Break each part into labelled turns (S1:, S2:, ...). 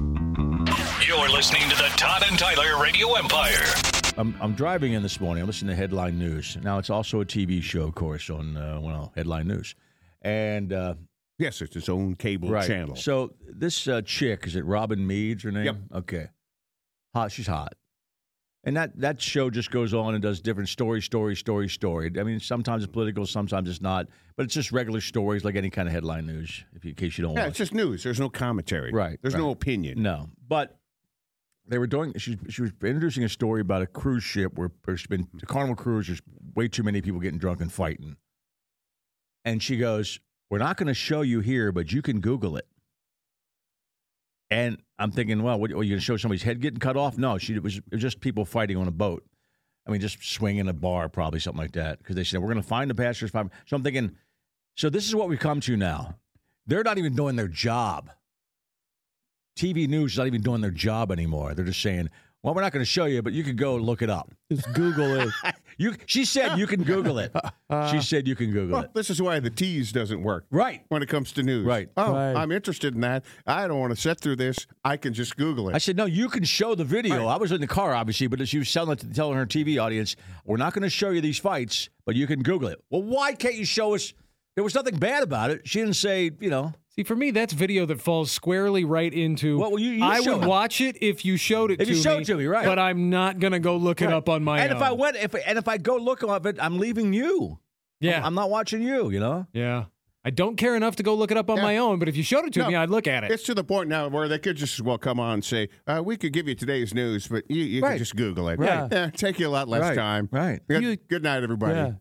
S1: You're listening to the Todd and Tyler Radio Empire.
S2: I'm, I'm driving in this morning. I'm listening to headline news. Now it's also a TV show, of course, on uh, well headline news, and uh,
S3: Yes, it's its own cable
S2: right.
S3: channel.
S2: So this uh, chick is it Robin Meade's her name?
S3: Yep.
S2: Okay, hot. She's hot, and that that show just goes on and does different story, story, story, story. I mean, sometimes it's political, sometimes it's not, but it's just regular stories like any kind of headline news. If you, in case you don't
S3: yeah,
S2: watch.
S3: it's just news. There's no commentary.
S2: Right,
S3: There's no
S2: right.
S3: opinion.
S2: No, but they were doing. She she was introducing a story about a cruise ship where there's been the Carnival Cruise. There's way too many people getting drunk and fighting. And she goes, "We're not going to show you here, but you can Google it." And I'm thinking, well, what, are you going to show somebody's head getting cut off? No, she it was, it was just people fighting on a boat. I mean, just swinging a bar, probably something like that, because they said we're going to find the pastors. So I'm thinking, so this is what we've come to now. They're not even doing their job. TV news is not even doing their job anymore. They're just saying, "Well, we're not going to show you, but you can go look it up."
S4: Just Google it.
S2: You, she said, you can Google it. She said, you can Google
S3: Well,
S2: it.
S3: this is why the tease doesn't work.
S2: Right.
S3: When it comes to news.
S2: Right.
S3: Oh,
S4: Right.
S3: I'm interested in that. I don't want to sit through this. I can just Google it.
S2: I said, no, you can show the video. I was in the car, obviously, but she was telling, telling her TV audience, we're not going to show you these fights, but you can Google it. Well, why can't you show us? There was nothing bad about it. She didn't say, you know,
S4: See, for me, that's video that falls squarely right into.
S2: Well, well, you- you
S4: I
S2: showed
S4: would
S2: it.
S4: watch it if you showed it
S2: If
S4: to
S2: you
S4: me.
S2: showed it to me, right.
S4: But I'm not gonna go look it up on my
S2: and
S4: own.
S2: if I went, if and if I go look up it, I'm leaving you.
S4: yeah,
S2: I'm not watching you. You know,
S4: yeah. I don't care enough to go look it up on
S3: Yeah.
S4: my own. But if you showed it to
S3: No.
S4: me, I'd look at it.
S3: It's to the point now where they could just as well come on and say, uh, we could give you today's news, but you, you
S2: Right.
S3: can just Google it.
S4: Right.
S3: Yeah, take you a lot less
S2: Right.
S3: time.
S2: Right.
S3: Good,
S4: You-
S3: good night, everybody.
S4: yeah.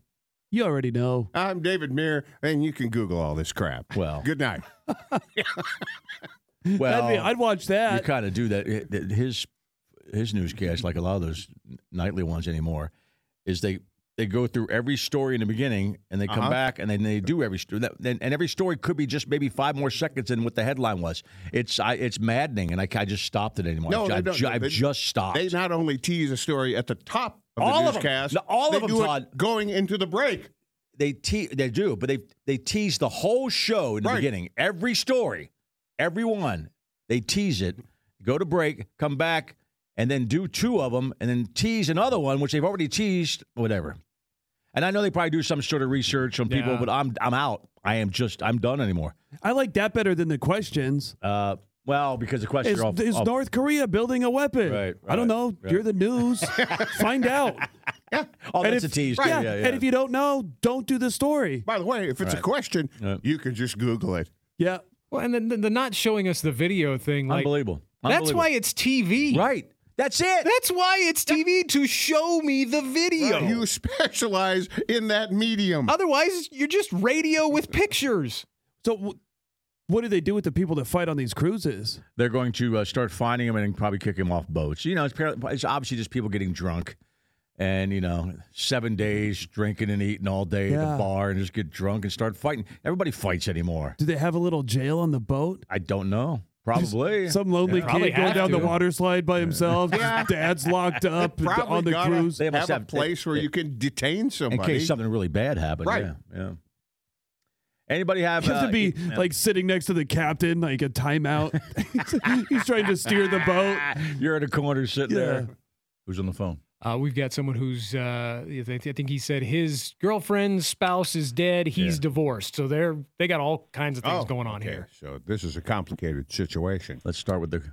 S4: You already know.
S3: I'm David Muir, and you can Google all this crap.
S2: Well.
S3: good night.
S2: well,
S4: watch
S2: you
S4: that.
S2: kind of do that. It- it- His his newscast, like a lot of those nightly ones anymore, is they they go through every story in the beginning and they come
S3: Uh-huh.
S2: back and then they do every story. That- And, and every story could be just maybe five more seconds than what the headline was. It's I, it's maddening, and I, ca- I just stopped it anymore.
S3: No,
S2: I,
S3: they don't.
S2: have
S3: They-
S2: just stopped.
S3: They not only tease a story at the top of
S2: All
S3: the
S2: of 'em.
S3: newscast,
S2: No, all
S3: they
S2: of 'em,
S3: do it
S2: Todd.
S3: going into the break.
S2: they te- they do, but they they tease the whole show in the
S3: Right.
S2: beginning. Every story, every one, they tease it. Go to break, come back, and then do two of them, and then tease another one, which they've already teased. Whatever. And I know they probably do some sort of research on people,
S4: Yeah.
S2: but I'm I'm out. I am just I'm done anymore.
S5: I like that better than the questions.
S2: Uh, well, because the questions
S5: Is,
S2: are all,
S5: is
S2: all-
S5: North Korea building a weapon?
S2: Right,
S5: I don't
S2: right,
S5: know.
S2: right.
S5: You're the news. Find out.
S2: oh, that's
S5: if,
S2: a tease. yeah,
S5: Yeah,
S2: yeah.
S5: And if you don't know, don't do the story.
S3: By the way, if it's a
S2: Right.
S3: question,
S2: Yeah.
S3: you can just Google it.
S5: Yeah.
S4: Well, and then the, the not showing us the video thing. Like,
S2: unbelievable.
S4: That's
S2: Unbelievable.
S4: why it's TV.
S2: Right. That's it.
S4: That's why it's TV to show me the video.
S3: You specialize in that medium.
S4: Otherwise, you're just radio with pictures.
S5: So, w- what do they do with the people that fight on these cruises?
S2: They're going to uh, start finding him and probably kick him off boats. You know, it's, par- it's obviously just people getting drunk and, you know, seven days drinking and eating all day at the
S5: Yeah.
S2: bar and just get drunk and start fighting. Everybody fights anymore.
S5: Do they have a little jail on the boat?
S2: I don't know. Probably.
S5: Some lonely
S4: Probably
S5: kid going
S4: have
S5: down
S4: to.
S5: the water slide by himself. His dad's locked up
S3: Probably
S5: on the
S3: gotta
S5: cruise.
S2: They must
S3: have a
S2: have-
S3: place where
S2: they-
S3: you can detain
S2: in
S3: somebody.
S2: case something really bad happened.
S3: Right.
S2: Yeah. yeah. Anybody have.
S5: You have
S2: uh,
S5: to be
S2: yeah.
S5: like sitting next to the captain, like a timeout. He's trying to steer the boat.
S2: You're in a corner sitting
S5: Yeah.
S2: there. Who's on the phone?
S4: Uh, we've got someone who's, uh, I think I think he said his girlfriend's spouse is dead. He's divorced. So they're, they got all kinds of things
S3: Oh,
S4: going on
S3: okay.
S4: here.
S3: So this is a complicated situation.
S2: Let's start with the.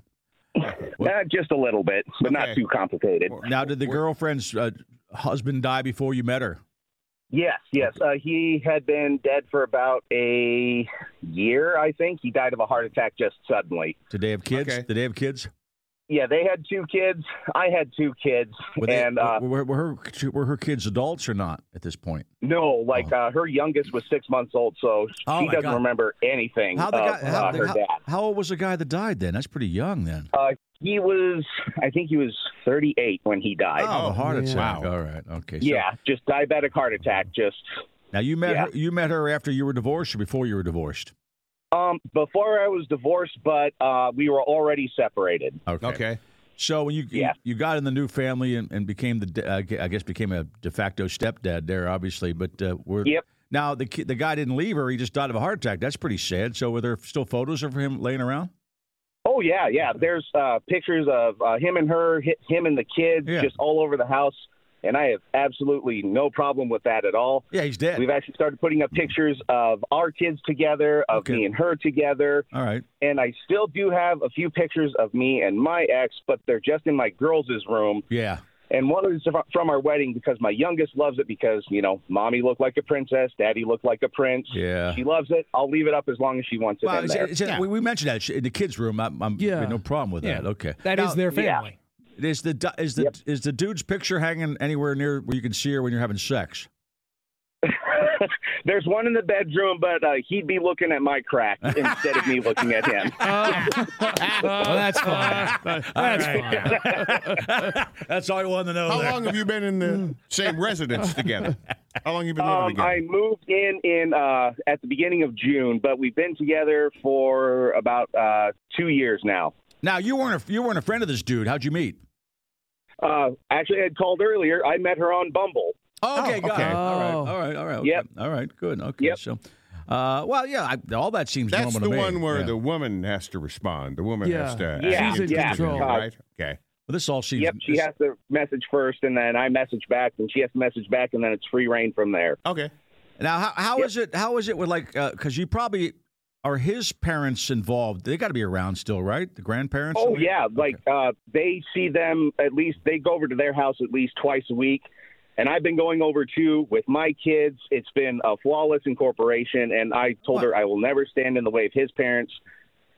S6: Uh, just a little bit, but
S3: Okay.
S6: not too complicated.
S2: Now, did the girlfriend's uh, husband die before you met her?
S6: Yes, yes. Uh, he had been dead for about a year, I think. He died of a heart attack just suddenly.
S2: Did they have kids?
S3: Okay.
S2: Did they have kids?
S6: yeah, they had two kids. I had two kids,
S2: Were, they,
S6: and uh,
S2: were, were her were her kids adults or not at this point?
S6: no, like uh, her youngest was six months old, so she
S2: Oh, my
S6: doesn't
S2: God.
S6: remember anything
S2: How the
S6: of
S2: guy? How,
S6: uh, her
S2: how,
S6: dad.
S2: how old was the guy that died then? That's pretty young then.
S6: Uh, he was, I think he was 38 when he died.
S2: oh, a heart attack.
S3: Wow.
S2: All right. Okay. so-
S6: yeah, just diabetic heart attack. Just
S2: now you met
S6: Yeah.
S2: her, you met her after you were divorced or before you were divorced?
S6: um, before I was divorced, but uh, we were already separated.
S3: Okay.
S2: So when you you-
S6: Yeah.
S2: you, got in the new family and, and became the de- I gue- I guess became a de facto stepdad there obviously, but uh, we're
S6: Yep.
S2: now the ki- the guy didn't leave her; he just died of a heart attack. That's pretty sad. So were there still photos of him laying around?
S6: Oh yeah, yeah. There's uh, pictures of uh, him and her, hi- him and the kids,
S2: Yeah.
S6: just all over the house, and I have absolutely no problem with that at all.
S2: Yeah, he's dead.
S6: We've actually started putting up pictures of our kids together, of
S2: Okay.
S6: me and her together,
S2: All right.
S6: and I still do have a few pictures of me and my ex, but they're just in my girls' room.
S2: Yeah.
S6: And one is fr- from our wedding because my youngest loves it because, you know, mommy looked like a princess, daddy looked like a prince.
S2: Yeah.
S6: She loves it. I'll leave it up as long as she wants it
S2: Well,
S6: in
S2: it's-
S6: there.
S2: it's- we, we mentioned that in the kids' room. I'm, I'm
S5: Yeah.
S2: we had no problem with that. Okay.
S4: That is their
S6: yeah.
S4: family.
S2: Is the du- is the
S6: Yep.
S2: is the dude's picture hanging anywhere near where you can see her when you're having sex?
S6: There's one in the bedroom, but uh, he'd be looking at my crack instead of me looking at him.
S4: Oh, that's fine. That's fine.
S2: That's all I wanted to know.
S3: How
S2: there.
S3: long have you been in the same residence together? How long have you been living
S6: Um,
S3: together?
S6: I moved in in uh, at the beginning of June, but we've been together for about uh, two years now.
S2: Now you weren't a, you weren't a friend of this dude. How'd you meet?
S6: Uh, actually, I had called earlier. I met her on Bumble.
S2: Okay,
S3: Oh,
S2: got
S3: okay.
S2: it. All right, all right, all right. Okay.
S6: Yep.
S2: All right, good. Okay,
S6: Yep.
S2: so, uh, well, yeah, I, all that seems
S3: That's
S2: normal
S3: the
S2: to me.
S3: one where
S2: Yeah.
S3: the woman has to respond. The woman
S5: Yeah.
S3: has to.
S6: Yeah,
S3: ask you
S6: yeah.
S3: to do it, Right? Okay.
S2: Well, this all seems.
S6: Yep, she
S2: this-
S6: has to message first, and then I message back, and she has to message back, and then it's free reign from there.
S3: Okay.
S2: Now, how, how is it? How is it with like? Because you probably are his parents involved. They got to be around still, right? The grandparents.
S6: Oh yeah, like uh, they see them at least. They go over to their house at least twice a week, and I've been going over too with my kids. It's been a flawless incorporation, and I told her I will never stand in the way of his parents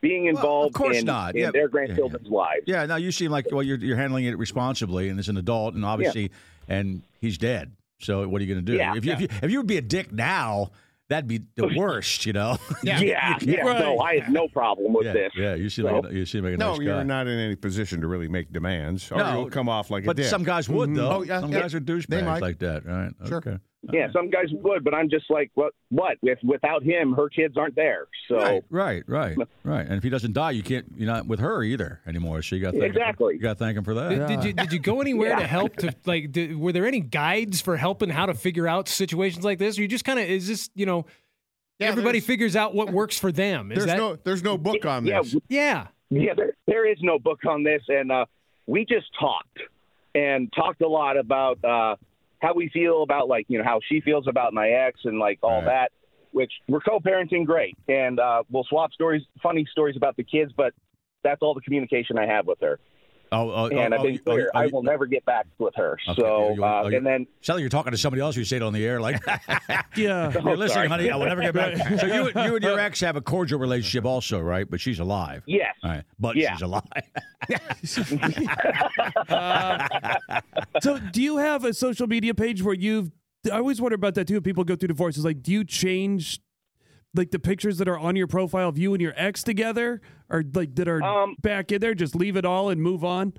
S6: being
S2: of
S6: involved
S2: course
S6: in,
S2: not.
S6: in
S2: Yeah, yeah, yeah.
S6: their grandchildren's lives.
S2: Yeah. Now you seem like well, you're you're handling it responsibly, and as an adult, and obviously, and he's dead. So what are you going to do?
S6: Yeah.
S2: if, you, if you if you would be a dick now, that'd be the worst, you know.
S6: Yeah, yeah. No, I have no problem with
S2: yeah,
S6: this.
S2: yeah. You seem like a, you seem like a
S3: No,
S2: nice guy.
S3: you're not in any position to really make demands, or
S2: No,
S3: you'll come off like a
S2: But
S3: dick.
S2: some guys would though.
S3: Oh, yeah,
S2: some
S3: yeah.
S2: guys are
S3: They
S2: douchebags
S3: might.
S2: like that, right?
S3: Sure.
S2: Okay.
S6: Yeah, some guys would, but I'm just like, what? What? If without him, her kids aren't there. So
S2: Right, right, right, right. And if he doesn't die, you can't. You're not with her either anymore. So you got
S6: Exactly.
S2: You got to thank him for that.
S4: Did, did you did you go anywhere to help to like? Did, were there any guides for helping how to figure out situations like this? Or you just kind of is this you know
S3: Yeah,
S4: everybody
S3: there's-
S4: figures out what works for them? Is
S3: There's
S4: that
S3: no, there's no book on
S6: yeah,
S3: this.
S4: yeah?
S6: Yeah, there, there is no book on this, and uh, we just talked and talked a lot about uh, how we feel about like you know how she feels about my ex and like all that. Which we're co-parenting great, and uh, we'll swap stories, funny stories about the kids, but that's all the communication I have with her.
S2: Oh, oh,
S6: And
S2: oh,
S6: I've
S2: oh,
S6: been
S2: you-
S6: clear,
S2: oh, you-
S6: I will never get back with her.
S2: Okay,
S6: So,
S2: yeah, you-
S6: uh,
S2: oh, you-
S6: and then
S2: Sounds like you're talking to somebody else who said it on the air, like you're
S5: Yeah.
S2: listening,
S6: Oh, sorry.
S2: honey. I will never get back. so you, you and your ex have a cordial relationship, also, right? But she's alive.
S6: yes,
S2: All right, but
S6: Yeah.
S2: she's alive.
S5: uh, So, do you have a social media page where you've? I always wonder about that too. If people go through divorces, like, do you change like the pictures that are on your profile of you and your ex together, or like that are
S6: Um,
S5: back in there? Just leave it all and move on.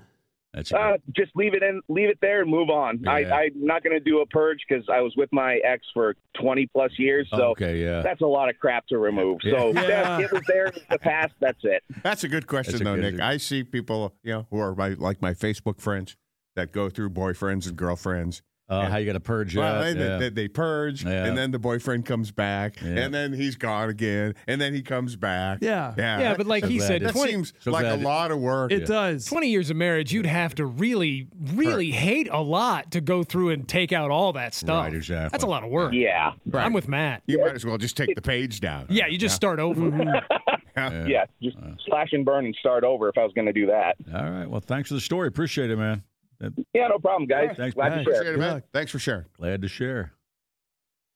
S2: That's
S6: Uh, just leave it in, leave it there, and move on. I,
S2: Yeah.
S6: I'm not going to do a purge because I was with my ex for 20 plus years, so
S2: okay, yeah.
S6: that's a lot of crap to remove. So
S5: Yeah.
S6: yeah, it was there in the past. That's it.
S3: That's a good question,
S2: That's a
S3: though,
S2: good-
S3: Nick. I see people, you know, who are my like my Facebook friends that go through boyfriends and girlfriends.
S2: Uh, how you got to purge it?
S3: Well, they, they-
S2: yeah.
S3: they, they purge,
S2: Yeah.
S3: and then the boyfriend comes back,
S2: Yeah.
S3: and then he's gone again, and then he comes back.
S5: Yeah.
S3: yeah.
S4: Yeah,
S3: that-
S4: but like he
S2: glad
S4: said,
S3: that
S4: 20,
S3: seems
S2: So
S3: like a
S2: glad-
S3: lot of work.
S5: It does.
S4: 20 years of marriage, you'd have to really, really hate a lot to go through and take out all that stuff.
S2: Right, exactly.
S4: That's a lot of work.
S6: Yeah,
S4: I'm with Matt.
S3: you might as well just take the page down.
S4: Yeah, you just start
S2: Mm-hmm.
S4: over.
S6: yeah. just slash and burn and start over if I was going to do that.
S2: All right. Well, thanks for the story. Appreciate it, man.
S6: Yeah, no problem, guys.
S2: Thanks,
S6: Glad
S2: Matt.
S6: to share.
S3: Appreciate it, man. Thanks for sharing.
S2: Glad to share.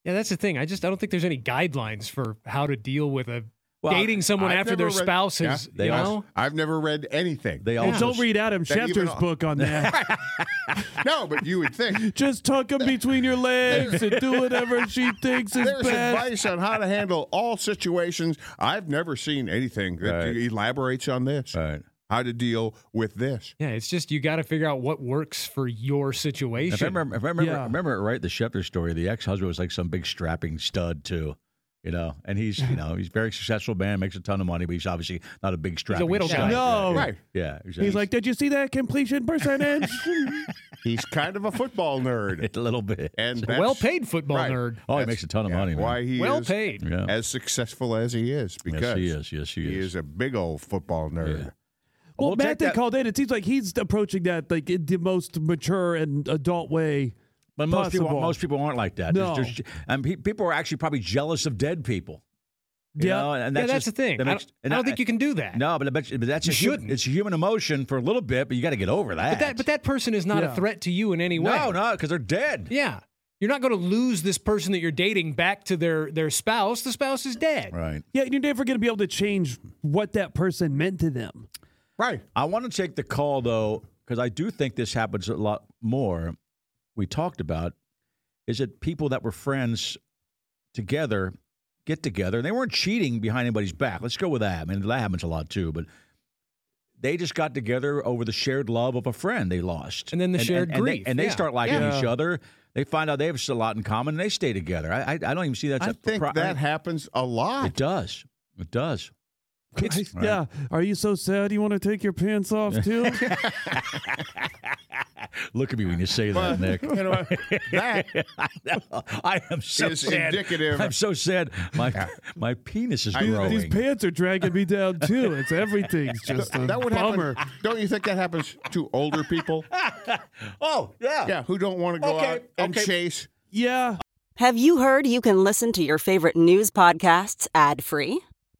S4: yeah, that's the thing. I just I don't think there's any guidelines for how to deal with a
S2: Well,
S4: dating someone
S3: I've
S4: after
S3: never
S4: their
S3: read-
S4: spouse
S3: Yeah,
S4: is,
S2: they
S4: you
S2: are-
S4: know?
S3: I've never read anything.
S2: They all
S5: And don't
S2: just-
S5: read Adam
S3: That even
S5: Schefter's
S3: on-
S5: book on that.
S3: no, but you would think
S5: Just tuck him between your legs and do whatever she thinks is
S3: there's
S5: best.
S3: advice on how to handle all situations. I've never seen anything that
S2: Right.
S3: elaborates on this.
S2: All right.
S3: How to deal with this?
S4: Yeah, it's just you got to figure out what works for your situation.
S2: If I remember, if I remember,
S5: Yeah.
S2: remember it right, the Schefter story, the ex-husband was like some big strapping stud too, you know. And he's, you know, he's a very successful man, makes a ton of money, but he's obviously not a big strapping.
S4: widow
S2: stud.
S4: guy.
S5: No.
S3: Right.
S2: Yeah. Exactly.
S5: He's like, did you see that completion percentage?
S3: He's kind of a football nerd.
S2: a little bit.
S3: And that's
S4: well paid football
S3: right.
S4: nerd.
S2: Oh, he
S3: That's-
S2: makes a ton of
S3: yeah,
S2: money. man.
S3: Why he
S4: Well
S3: is
S4: paid.
S2: Yeah.
S3: as successful as he is because
S2: Yes, he is. Yes, he is.
S3: he is a big old football nerd.
S2: Yeah.
S5: well,
S2: We'll take
S5: Matt, they
S2: that-
S5: called in. It seems like he's approaching that like in the most mature and adult way.
S2: But most people,
S5: possible.
S2: most people aren't like that.
S5: No.
S2: There's, there's, and pe- people are actually probably jealous of dead people. you
S5: Yeah.
S2: know, and
S4: yeah,
S2: just-
S4: that's the thing.
S2: that
S4: I
S2: makes-
S4: don't, I
S2: and
S4: don't think you can do that.
S2: No, but I bet you, but that's
S4: You
S2: a human,
S4: shouldn't.
S2: it's a human emotion for a little bit, but you got to get over that.
S4: But that, but that person is not
S5: Yeah.
S4: a threat to you in any way.
S2: no, no, because they're dead.
S4: Yeah. You're not going to lose this person that you're dating back to their their spouse. The spouse is dead.
S2: Right.
S5: Yeah, you're never going to be able to change what that person meant to them.
S3: Right.
S2: I want to take the call though, because I do think this happens a lot more. We talked about is that people that were friends together get together and they weren't cheating behind anybody's back. Let's go with that. I mean, that happens a lot too, but they just got together over the shared love of a friend they lost,
S4: And then the shared
S2: and,
S4: grief,
S2: they, and they
S4: yeah.
S2: start liking
S5: Yeah.
S2: each other. They find out they have a lot in common, and they stay together. I I, I don't even see that.
S3: I think that happens a
S2: it
S3: lot.
S2: does. It does.
S5: It's- Yeah. Are you so sad you want to take your pants off too?
S2: Look at me when you say that,
S3: But,
S2: Nick.
S3: you know what? that
S2: I am so
S3: is
S2: sad.
S3: indicative.
S2: I'm so sad. My my penis is growing.
S5: These pants are dragging me down too. It's everything's just a
S3: that would
S5: bummer.
S3: happen. Don't you think that happens to older people?
S2: oh yeah.
S3: Yeah, who don't want to go
S2: Okay,
S3: out and
S2: okay.
S3: chase.
S5: Yeah.
S7: Have you heard you can listen to your favorite news podcasts ad free?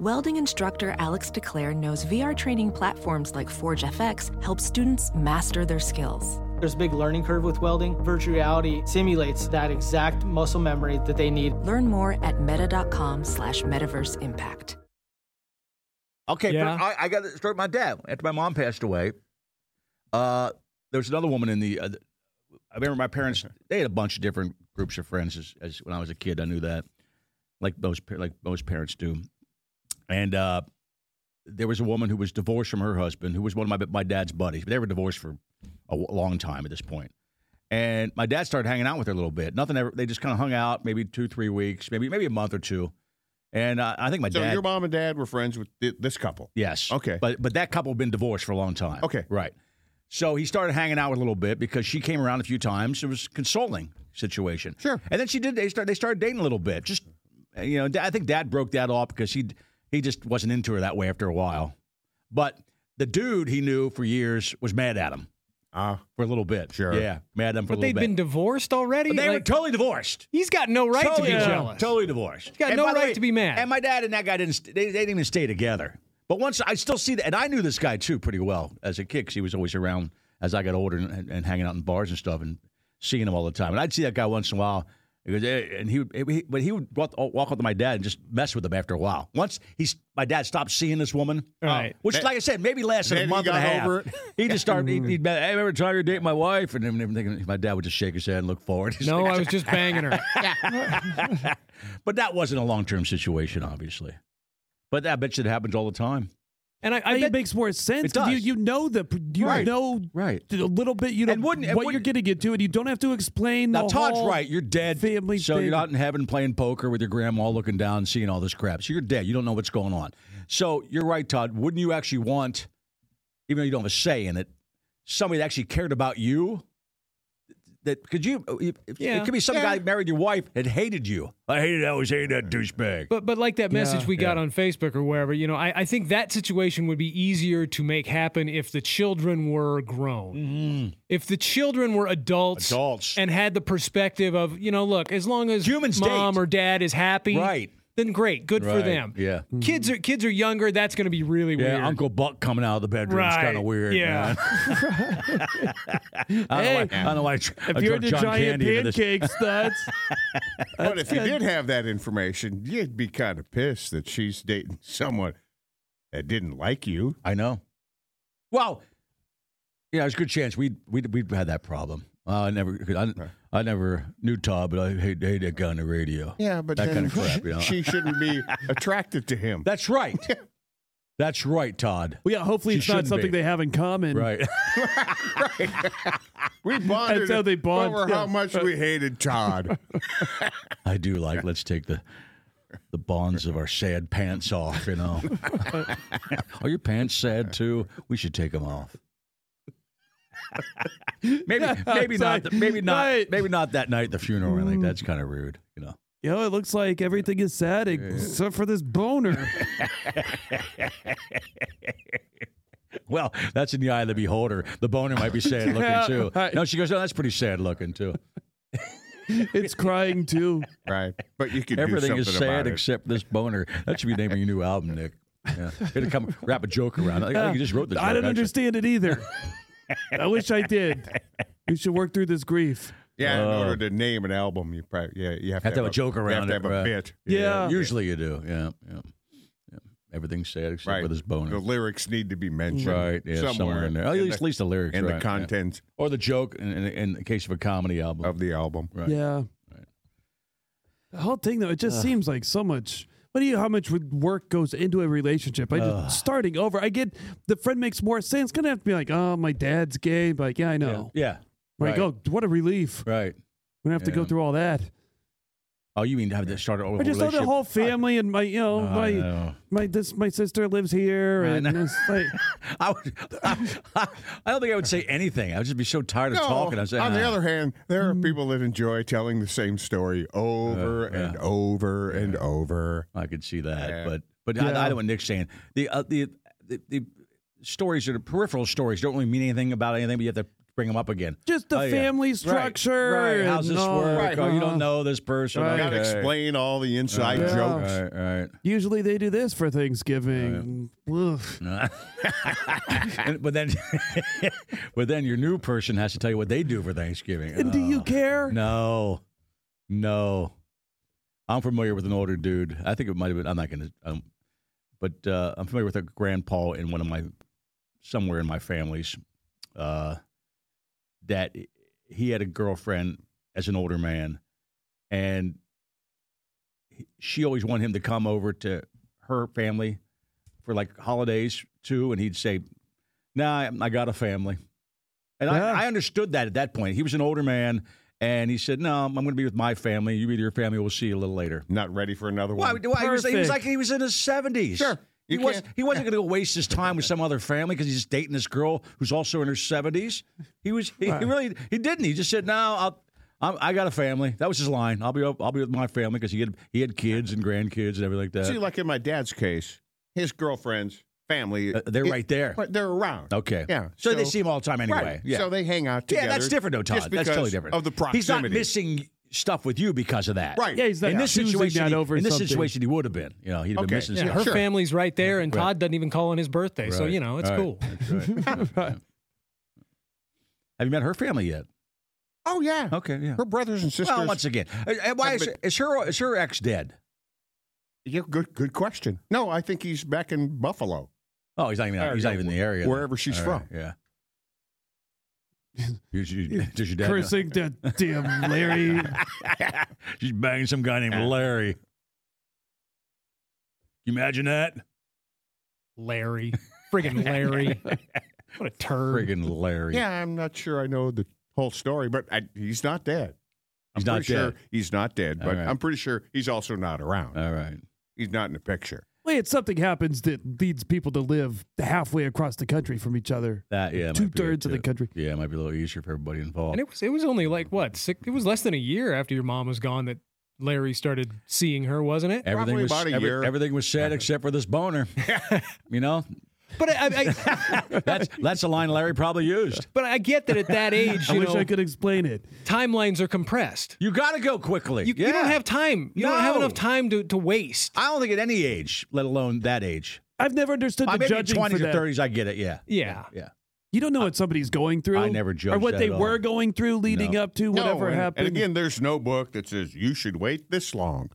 S8: Welding instructor Alex DeClaire knows VR training platforms like Forge FX help students master their skills.
S9: There's a big learning curve with welding. Virtual reality simulates that exact muscle memory that they need.
S8: Learn more at meta.com slash metaverse impact.
S2: Okay,
S4: Yeah.
S2: but I, I got to start with my dad after my mom passed away. Uh, there was another woman in the. Uh, I remember my parents. They had a bunch of different groups of friends as, as when I was a kid. I knew that, like most pa- like most parents do, and uh, there was a woman who was divorced from her husband, who was one of my my dad's buddies. They were divorced for a w- long time at this point. And my dad started hanging out with her a little bit. Nothing ever. They just kind of hung out, maybe two, three weeks, maybe maybe a month or two. And uh, I think my
S3: So
S2: dad.
S3: your mom and dad were friends with thi- this couple.
S2: Yes.
S3: Okay.
S2: But but that couple had been divorced for a long time.
S3: Okay.
S2: Right. So he started hanging out with a little bit because she came around a few times. It was a consoling situation.
S3: Sure.
S2: And then she did. They start. They started dating a little bit. Just you know, I think Dad broke that off because he he just wasn't into her that way after a while. But the dude he knew for years was mad at him
S3: Ah,
S2: for a little bit.
S3: Sure.
S2: Yeah. Mad at him for
S4: But
S2: a little
S4: they've
S2: bit.
S4: been divorced already.
S2: but they were
S4: Like,
S2: totally divorced.
S4: he's got no right
S2: totally,
S4: to be
S2: yeah,
S4: jealous.
S2: Totally divorced.
S4: got
S2: And
S4: no
S2: by the
S4: right to be mad.
S2: And my dad and that guy didn't. st- They, they didn't even stay together. But once I still see that, and I knew this guy too pretty well as a kid. 'cause he was always around as I got older and, and, and hanging out in bars and stuff and seeing him all the time. And I'd see that guy once in a while. He goes, "Eh," and he, would- he but he would walk, walk up to my dad and just mess with him after a while. Once he's my dad stopped seeing this woman,
S4: Oh. Right.
S2: Which,
S3: Then-
S2: like I said, maybe lasted a
S3: then he
S2: month and a
S3: got
S2: half.
S3: over it.
S2: He just started. He'd, he'd be, hey, every time you're dating my wife, and I'm thinking my dad would just shake his head and look forward. He's
S4: no,
S2: like,
S4: I was just banging her.
S2: but that wasn't a long term situation, obviously. But I bet you it happens all the time.
S4: And I,
S5: I
S4: I
S5: mean, it
S4: bet
S5: makes more sense.
S2: It
S5: 'cause You,
S2: does.
S5: you know the you
S2: Right.
S5: know
S2: Right.
S5: a little bit. You know
S2: And wouldn't- and
S5: what you're
S2: wouldn't-
S5: getting into, and you don't have to explain.
S2: Now
S5: the
S2: Todd's
S5: whole
S2: right. You're dead.
S5: Family.
S2: so
S5: thing.
S2: you're not in heaven playing poker with your grandma looking down, and seeing all this crap. So you're dead. You don't know what's going on. So you're right, Todd. Wouldn't you actually want, even though you don't have a say in it, somebody that actually cared about you that could you? It,
S4: Yeah.
S2: it could be some guy
S4: Yeah.
S2: married your wife and hated you. I hated. I always hated that douchebag.
S4: But but like that message
S2: Yeah.
S4: we got
S2: Yeah.
S4: on Facebook or wherever, you know, I, I think that situation would be easier to make happen if the children were grown. If the children were adults,
S2: Mm-hmm. Adults.
S4: and had the perspective of, you know, look, as long as
S2: Humans
S4: mom
S2: date.
S4: or dad is happy,
S2: Right.
S4: then great, good for
S2: Right.
S4: them.
S2: Yeah.
S4: Kids are kids are younger, that's gonna be really
S2: Yeah,
S4: weird.
S2: Uncle Buck coming out of the bedroom is
S4: Right.
S2: kind of weird.
S4: Yeah.
S2: man. I, don't know why, I don't know why. I tr- I
S5: If you're
S2: drug
S5: into
S2: John
S5: giant
S2: Candy into this.
S5: pancakes, that's
S3: But if you did have that information, you'd be kind of pissed that she's dating someone that didn't like you.
S2: I know. Well, yeah, there's a good chance we we we had that problem. Uh, I never, 'cause I, I never knew Todd, but I hate, hate that guy on the radio.
S3: Yeah, but
S2: That
S3: then
S2: kind of crap, you know?
S3: she shouldn't be attracted to him.
S2: That's right. That's right, Todd.
S5: well, yeah. Hopefully,
S2: She
S5: it's not
S2: shouldn't
S5: something
S2: be.
S5: they have in common.
S2: Right.
S3: We bonded
S5: That's how they bond,
S3: over
S5: yeah.
S3: how much we hated Todd.
S2: I do like. Let's take the the bonds of our sad pants off. You know, are your pants sad too? We should take them off. maybe, maybe not.
S5: Outside.
S2: Maybe not.
S5: Right.
S2: Maybe not that night. The funeral. I think that's kind of rude. You know.
S5: You know, it looks like everything is sad except for this boner.
S2: Well, that's in the eye of the beholder. The boner might be sad looking too.
S5: Right.
S2: No, she goes, no, that's pretty sad looking too.
S5: it's crying too.
S3: right. But you could
S2: Everything
S3: do
S2: is
S3: something
S2: sad
S3: about it.
S2: except this boner. That should be the name of your new album, Nick. Yeah. It'll come wrap a joke around. it. I think you just wrote the joke.
S5: I don't
S2: actually.
S5: understand it either. I wish I did. We should work through this grief.
S3: Yeah, in order to name an album, you probably yeah you have,
S2: uh, Have to have a joke around
S3: You
S2: it,
S3: have to have
S2: right.
S3: a bit.
S5: Yeah.
S2: Usually you do. Yeah. Yeah. yeah. Everything's sad except
S3: Right.
S2: for this boner.
S3: The lyrics need to be mentioned.
S2: Right, yeah, somewhere, in there. At least, at
S3: the,
S2: least the lyrics,
S3: in
S2: right,
S3: the
S2: yeah.
S3: content
S2: or the joke. In, in, in the case of a comedy album,
S3: of the album.
S2: Right.
S5: Yeah. The whole thing, though, it just seems like so much. What do you? How much would work goes into a relationship? I just starting over. I get the friend makes more sense. It's gonna have to be like, oh, my dad's gay. But like, yeah, I know.
S2: yeah,
S5: Like,
S2: right.
S5: oh, what a relief.
S2: right.
S5: We don't have to
S2: Yeah.
S5: go through all that.
S2: Oh, you mean to have to start over?
S5: I just know the whole family and my, you know,
S2: I
S5: my,
S2: know.
S5: my this my sister lives here,
S2: I
S5: and
S2: know.
S5: it's like,
S2: I, would, I, I don't think I would say anything. I would just be so tired of
S3: No,
S2: talking. I would say,
S3: on the
S2: "Ah."
S3: other hand, there are people that enjoy telling the same story over
S2: Uh, yeah.
S3: and over and over.
S2: I could see that,
S3: Yeah.
S2: but but
S5: Yeah.
S2: I, I know what Nick's saying. The, uh, the the the stories or the peripheral stories don't really mean anything about anything, but you have to bring them up again.
S5: just the
S2: Oh, yeah.
S5: family structure.
S2: Right. right. How's
S5: and
S2: this
S5: all
S2: work?
S5: that.
S2: Oh, you don't
S5: Uh-huh.
S2: know this person.
S5: Right.
S3: You got to
S2: Okay.
S3: explain all the inside
S5: Yeah.
S3: jokes.
S2: Right, right.
S5: Usually they do this for Thanksgiving.
S2: Oh,
S5: Oof.
S2: And- but then, but then your new person has to tell you what they do for Thanksgiving.
S5: And do you
S2: Oh,
S5: care?
S2: No, no. I'm familiar with an older dude. I think it might have been. I'm not going to. Um, but uh, I'm familiar with a grandpa in one of my somewhere in my family's uh, that he had a girlfriend as an older man, and he- she always wanted him to come over to her family for like holidays too, and he'd say, "Nah, I- I got a family," and
S5: Yeah.
S2: I, I understood that at that point. He was an older man, and he said, "No, I'm going to be with my family. You be with your family. We'll see you a little later."
S3: Not ready for another
S2: Why?
S3: one.
S2: why he, was, he was
S5: Perfect.
S2: like he was in his seventies.
S3: Sure.
S2: He,
S3: You
S2: was,
S3: can't-
S2: he wasn't going to waste his time with some other family because he's dating this girl who's also in her seventies. He was he, he really he didn't. He just said, "No, I'll, I'm, I got a family." That was his line. I'll be up- I'll be with my family because he had he had kids and grandkids and everything like that.
S3: See, like in my dad's case, his girlfriend's family.
S2: Uh, they're right there.
S3: But they're around.
S2: Okay.
S3: Yeah.
S2: So, they see him all the time anyway.
S3: Right.
S2: Yeah.
S3: So they hang out
S2: yeah,
S3: together.
S2: that's different though, Todd.
S3: just
S2: that's totally
S3: because
S2: different
S3: Of the proximity.
S2: He's not missing stuff with you because of that.
S3: Right.
S5: Yeah, he's not
S2: in this
S5: choosing
S2: situation,
S5: that
S2: he-
S5: over
S2: in this
S5: something.
S2: situation, he would have been. You know, he'd have
S3: Okay.
S2: been missing
S4: Yeah,
S2: stuff.
S4: her
S3: Sure.
S4: family's right there, and
S2: Right.
S4: Todd doesn't even call on his birthday, so
S2: Right.
S4: you know it's
S2: Right.
S4: cool.
S2: That's right. Have you met her family yet?
S3: Oh yeah.
S2: Okay, yeah.
S3: Her brothers and sisters.
S2: Well, once again, Uh, uh, why is, is her is her ex dead?
S3: yeah, good good question. No, I think he's back in Buffalo.
S2: Oh, he's not even
S3: Or,
S2: he's not even in the area.
S3: wherever she's
S2: All right,
S3: from.
S2: Yeah. You- you- Does your dad? know?
S5: Cursing that damn Larry.
S2: She's banging some guy named Larry. Can you imagine that?
S4: Larry. Friggin' Larry. what a turd.
S2: Friggin' Larry.
S3: Yeah, I'm not sure I know the whole story, but I, he's not dead. I'm
S2: He's not
S3: pretty sure
S2: dead.
S3: he's not dead,
S2: All
S3: but
S2: right. Uh.
S3: I'm pretty sure he's also not around.
S2: All right.
S3: he's not in the picture.
S5: Wait, something happens that leads people to live halfway across the country from each other.
S2: That yeah, it might be
S5: two
S2: it,
S5: thirds of the
S2: too.
S5: country.
S2: Yeah, it might be a little easier for everybody involved.
S4: And it was it was only like what six? It was less than a year after your mom was gone that Larry started seeing her, wasn't it?
S2: everything
S3: Probably
S2: was
S3: about a
S2: every-
S3: year.
S2: everything was said except for this boner. you know,
S4: But I, I, I
S2: that's that's a line Larry probably used.
S4: but I get that at that age,
S5: I
S4: you
S5: wish
S4: know,
S5: I could explain it.
S4: timelines are compressed.
S2: You got to go quickly.
S4: You,
S2: yeah.
S4: you don't have time. You don't have
S2: No.
S4: enough time to, to waste.
S2: I don't think at any age, let alone that age.
S5: I've never understood the
S2: I Uh, maybe
S5: judging for
S2: twenties or
S5: that.
S2: thirties. I get it. Yeah.
S4: Yeah.
S2: Yeah.
S5: You don't know what somebody's going through.
S2: I never
S5: or
S2: judged
S5: what
S2: that
S5: they
S2: at all.
S5: were going through leading
S2: No.
S5: up to whatever
S3: and,
S5: happened.
S3: And again, there's no book that says you should wait this long.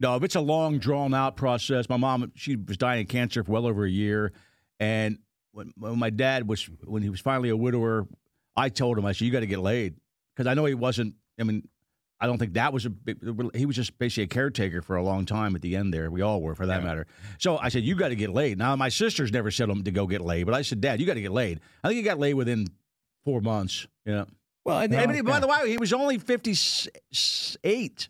S2: No, if it's a long, drawn out process. My mom, she was dying of cancer for well over a year, and when, when my dad was, when he was finally a widower, I told him, I said, "You got to get laid," because I know he wasn't. I mean, I don't think that was a big. He was just basically a caretaker for a long time. At the end, there, we all were, for that matter. So I said, "You got to get laid." Now, my sisters never said to go get laid, but I said, "Dad, you got to get laid." I think he got laid within four months. Yeah.
S4: Well, and,
S2: I
S4: and-
S2: mean, by the way, he was only fifty-eight.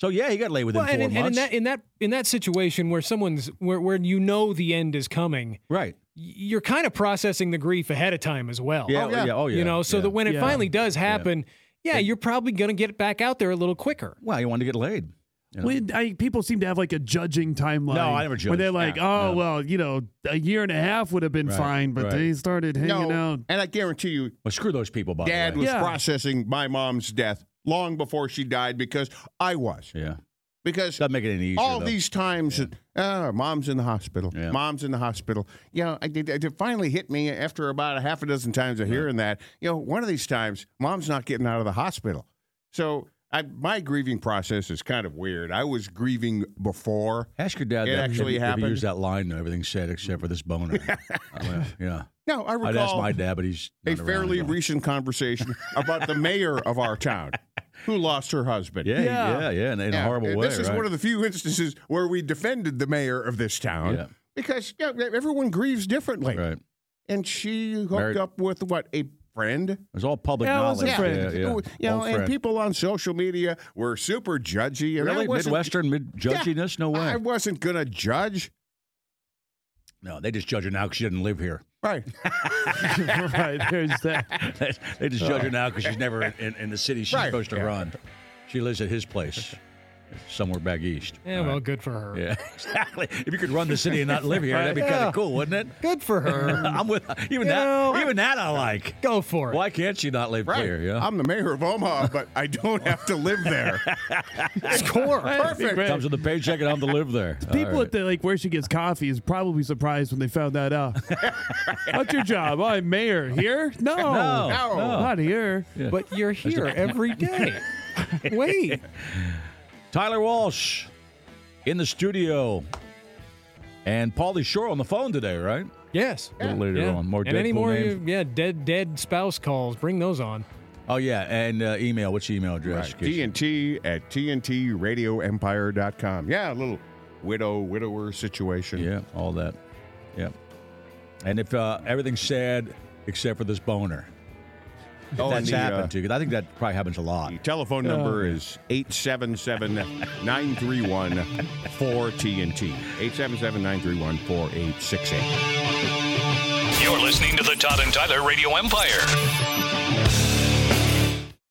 S2: So yeah, he got laid within
S4: well,
S2: four
S4: and, and in
S2: months.
S4: that in that in that situation where someone's where where you know the end is coming, y-
S2: right.
S4: you're kind of processing the grief ahead of time as well.
S2: Yeah, oh, yeah. oh yeah.
S4: you know, so
S2: yeah.
S4: that when it
S5: Yeah.
S4: finally does happen, yeah, you're probably going to get back out there a little quicker.
S2: well, you want to get laid. you know.
S5: When I, people seem to have like a judging timeline.
S2: No, I never
S5: Where
S2: judged.
S5: they're like, oh well, you know, a year and a half would have been
S2: Right,
S5: fine, but
S2: right.
S5: they started hanging out.
S3: and I guarantee you,
S2: Well, screw those people, by
S3: Dad
S2: the way.
S3: was
S5: Yeah.
S3: processing my mom's death long before she died because I was.
S2: Yeah.
S3: Because
S2: Doesn't make it any easier.
S3: all
S2: though.
S3: these times, that, oh, mom's in the hospital.
S2: Yeah.
S3: Mom's in the hospital. You know, I, it, it finally hit me after about a half a dozen times of hearing that. You know, one of these times, mom's not getting out of the hospital. So I, my grieving process is kind of weird. I was grieving before.
S2: Ask your dad.
S3: It
S2: that,
S3: actually
S2: if, If
S3: happened.
S2: he used that line, though, everything's said except for this boner. I mean, yeah.
S3: No, I
S2: I'd ask
S3: recall
S2: Oh, my dad, but he's
S3: a
S2: not around
S3: fairly
S2: anymore.
S3: recent conversation about the mayor of our town who lost her husband.
S2: Yeah, yeah,
S5: Yeah.
S2: yeah, in, in a
S3: Yeah,
S2: horrible
S3: and
S2: way.
S3: This is
S2: right?
S3: one of the few instances where we defended the mayor of this town
S2: Yeah.
S3: because yeah, everyone grieves differently.
S2: Right. It
S3: And she hooked
S2: Married-
S3: up with what a friend.
S2: was all public
S5: Yeah, it was
S2: knowledge.
S5: a friend.
S2: Yeah, yeah.
S3: You know,
S2: Old
S3: and
S2: friend.
S3: people on social media were super judgy. And I
S2: really
S3: wasn't-
S2: Midwestern mid
S3: Yeah,
S2: judginess? no way.
S3: I wasn't gonna judge.
S2: no, they just judge her now because she doesn't live here.
S3: Right.
S5: right, there's that.
S2: they just judge her now because she's never in, in, in the city she's
S3: Right,
S2: supposed to
S3: yeah.
S2: run. She lives at his place, somewhere back east.
S4: Yeah,
S2: All
S4: well,
S2: right.
S4: good for her.
S2: Yeah, exactly. If you could run the city and not live here, that'd be kind
S4: Yeah.
S2: of cool, wouldn't it?
S4: Good for her.
S2: I'm with even
S4: You
S2: that.
S4: know-
S2: even that I like.
S4: Go for it.
S2: Why can't she not live
S3: Right.
S2: here? Yeah,
S3: I'm the mayor of Omaha, but I don't have to live there.
S4: Score.
S3: Perfect.
S2: comes with a paycheck and I'm to live there. All
S5: People
S2: right.
S5: at the like where she gets coffee is probably surprised when they found that out. What's your job? Oh, I'm mayor here. No,
S2: No,
S3: No.
S5: not here.
S4: But you're here every day. Wait.
S2: Tyler Walsh in the studio, and Paulie Shore on the phone today, right?
S4: Yes.
S2: A little later
S4: Yeah.
S2: on, more
S4: and any
S2: Deadpool
S4: more,
S2: names.
S4: yeah, dead dead spouse calls. Bring those on.
S2: Oh yeah, and uh, email. What's your email address?
S3: Right.
S2: Casey?
S3: TNT at TNTRadioEmpire.com. Yeah, a little widow, widower situation.
S2: Yeah, all that. Yeah. And if uh, everything's sad except for this boner, if
S3: Oh, and
S2: that's
S3: the,
S2: happened
S3: uh,
S2: to you. 'cause I think that probably happens a lot.
S3: The telephone number is 877 931 4TNT. 877 931 4868.
S1: You're listening to the Todd and Tyler Radio Empire.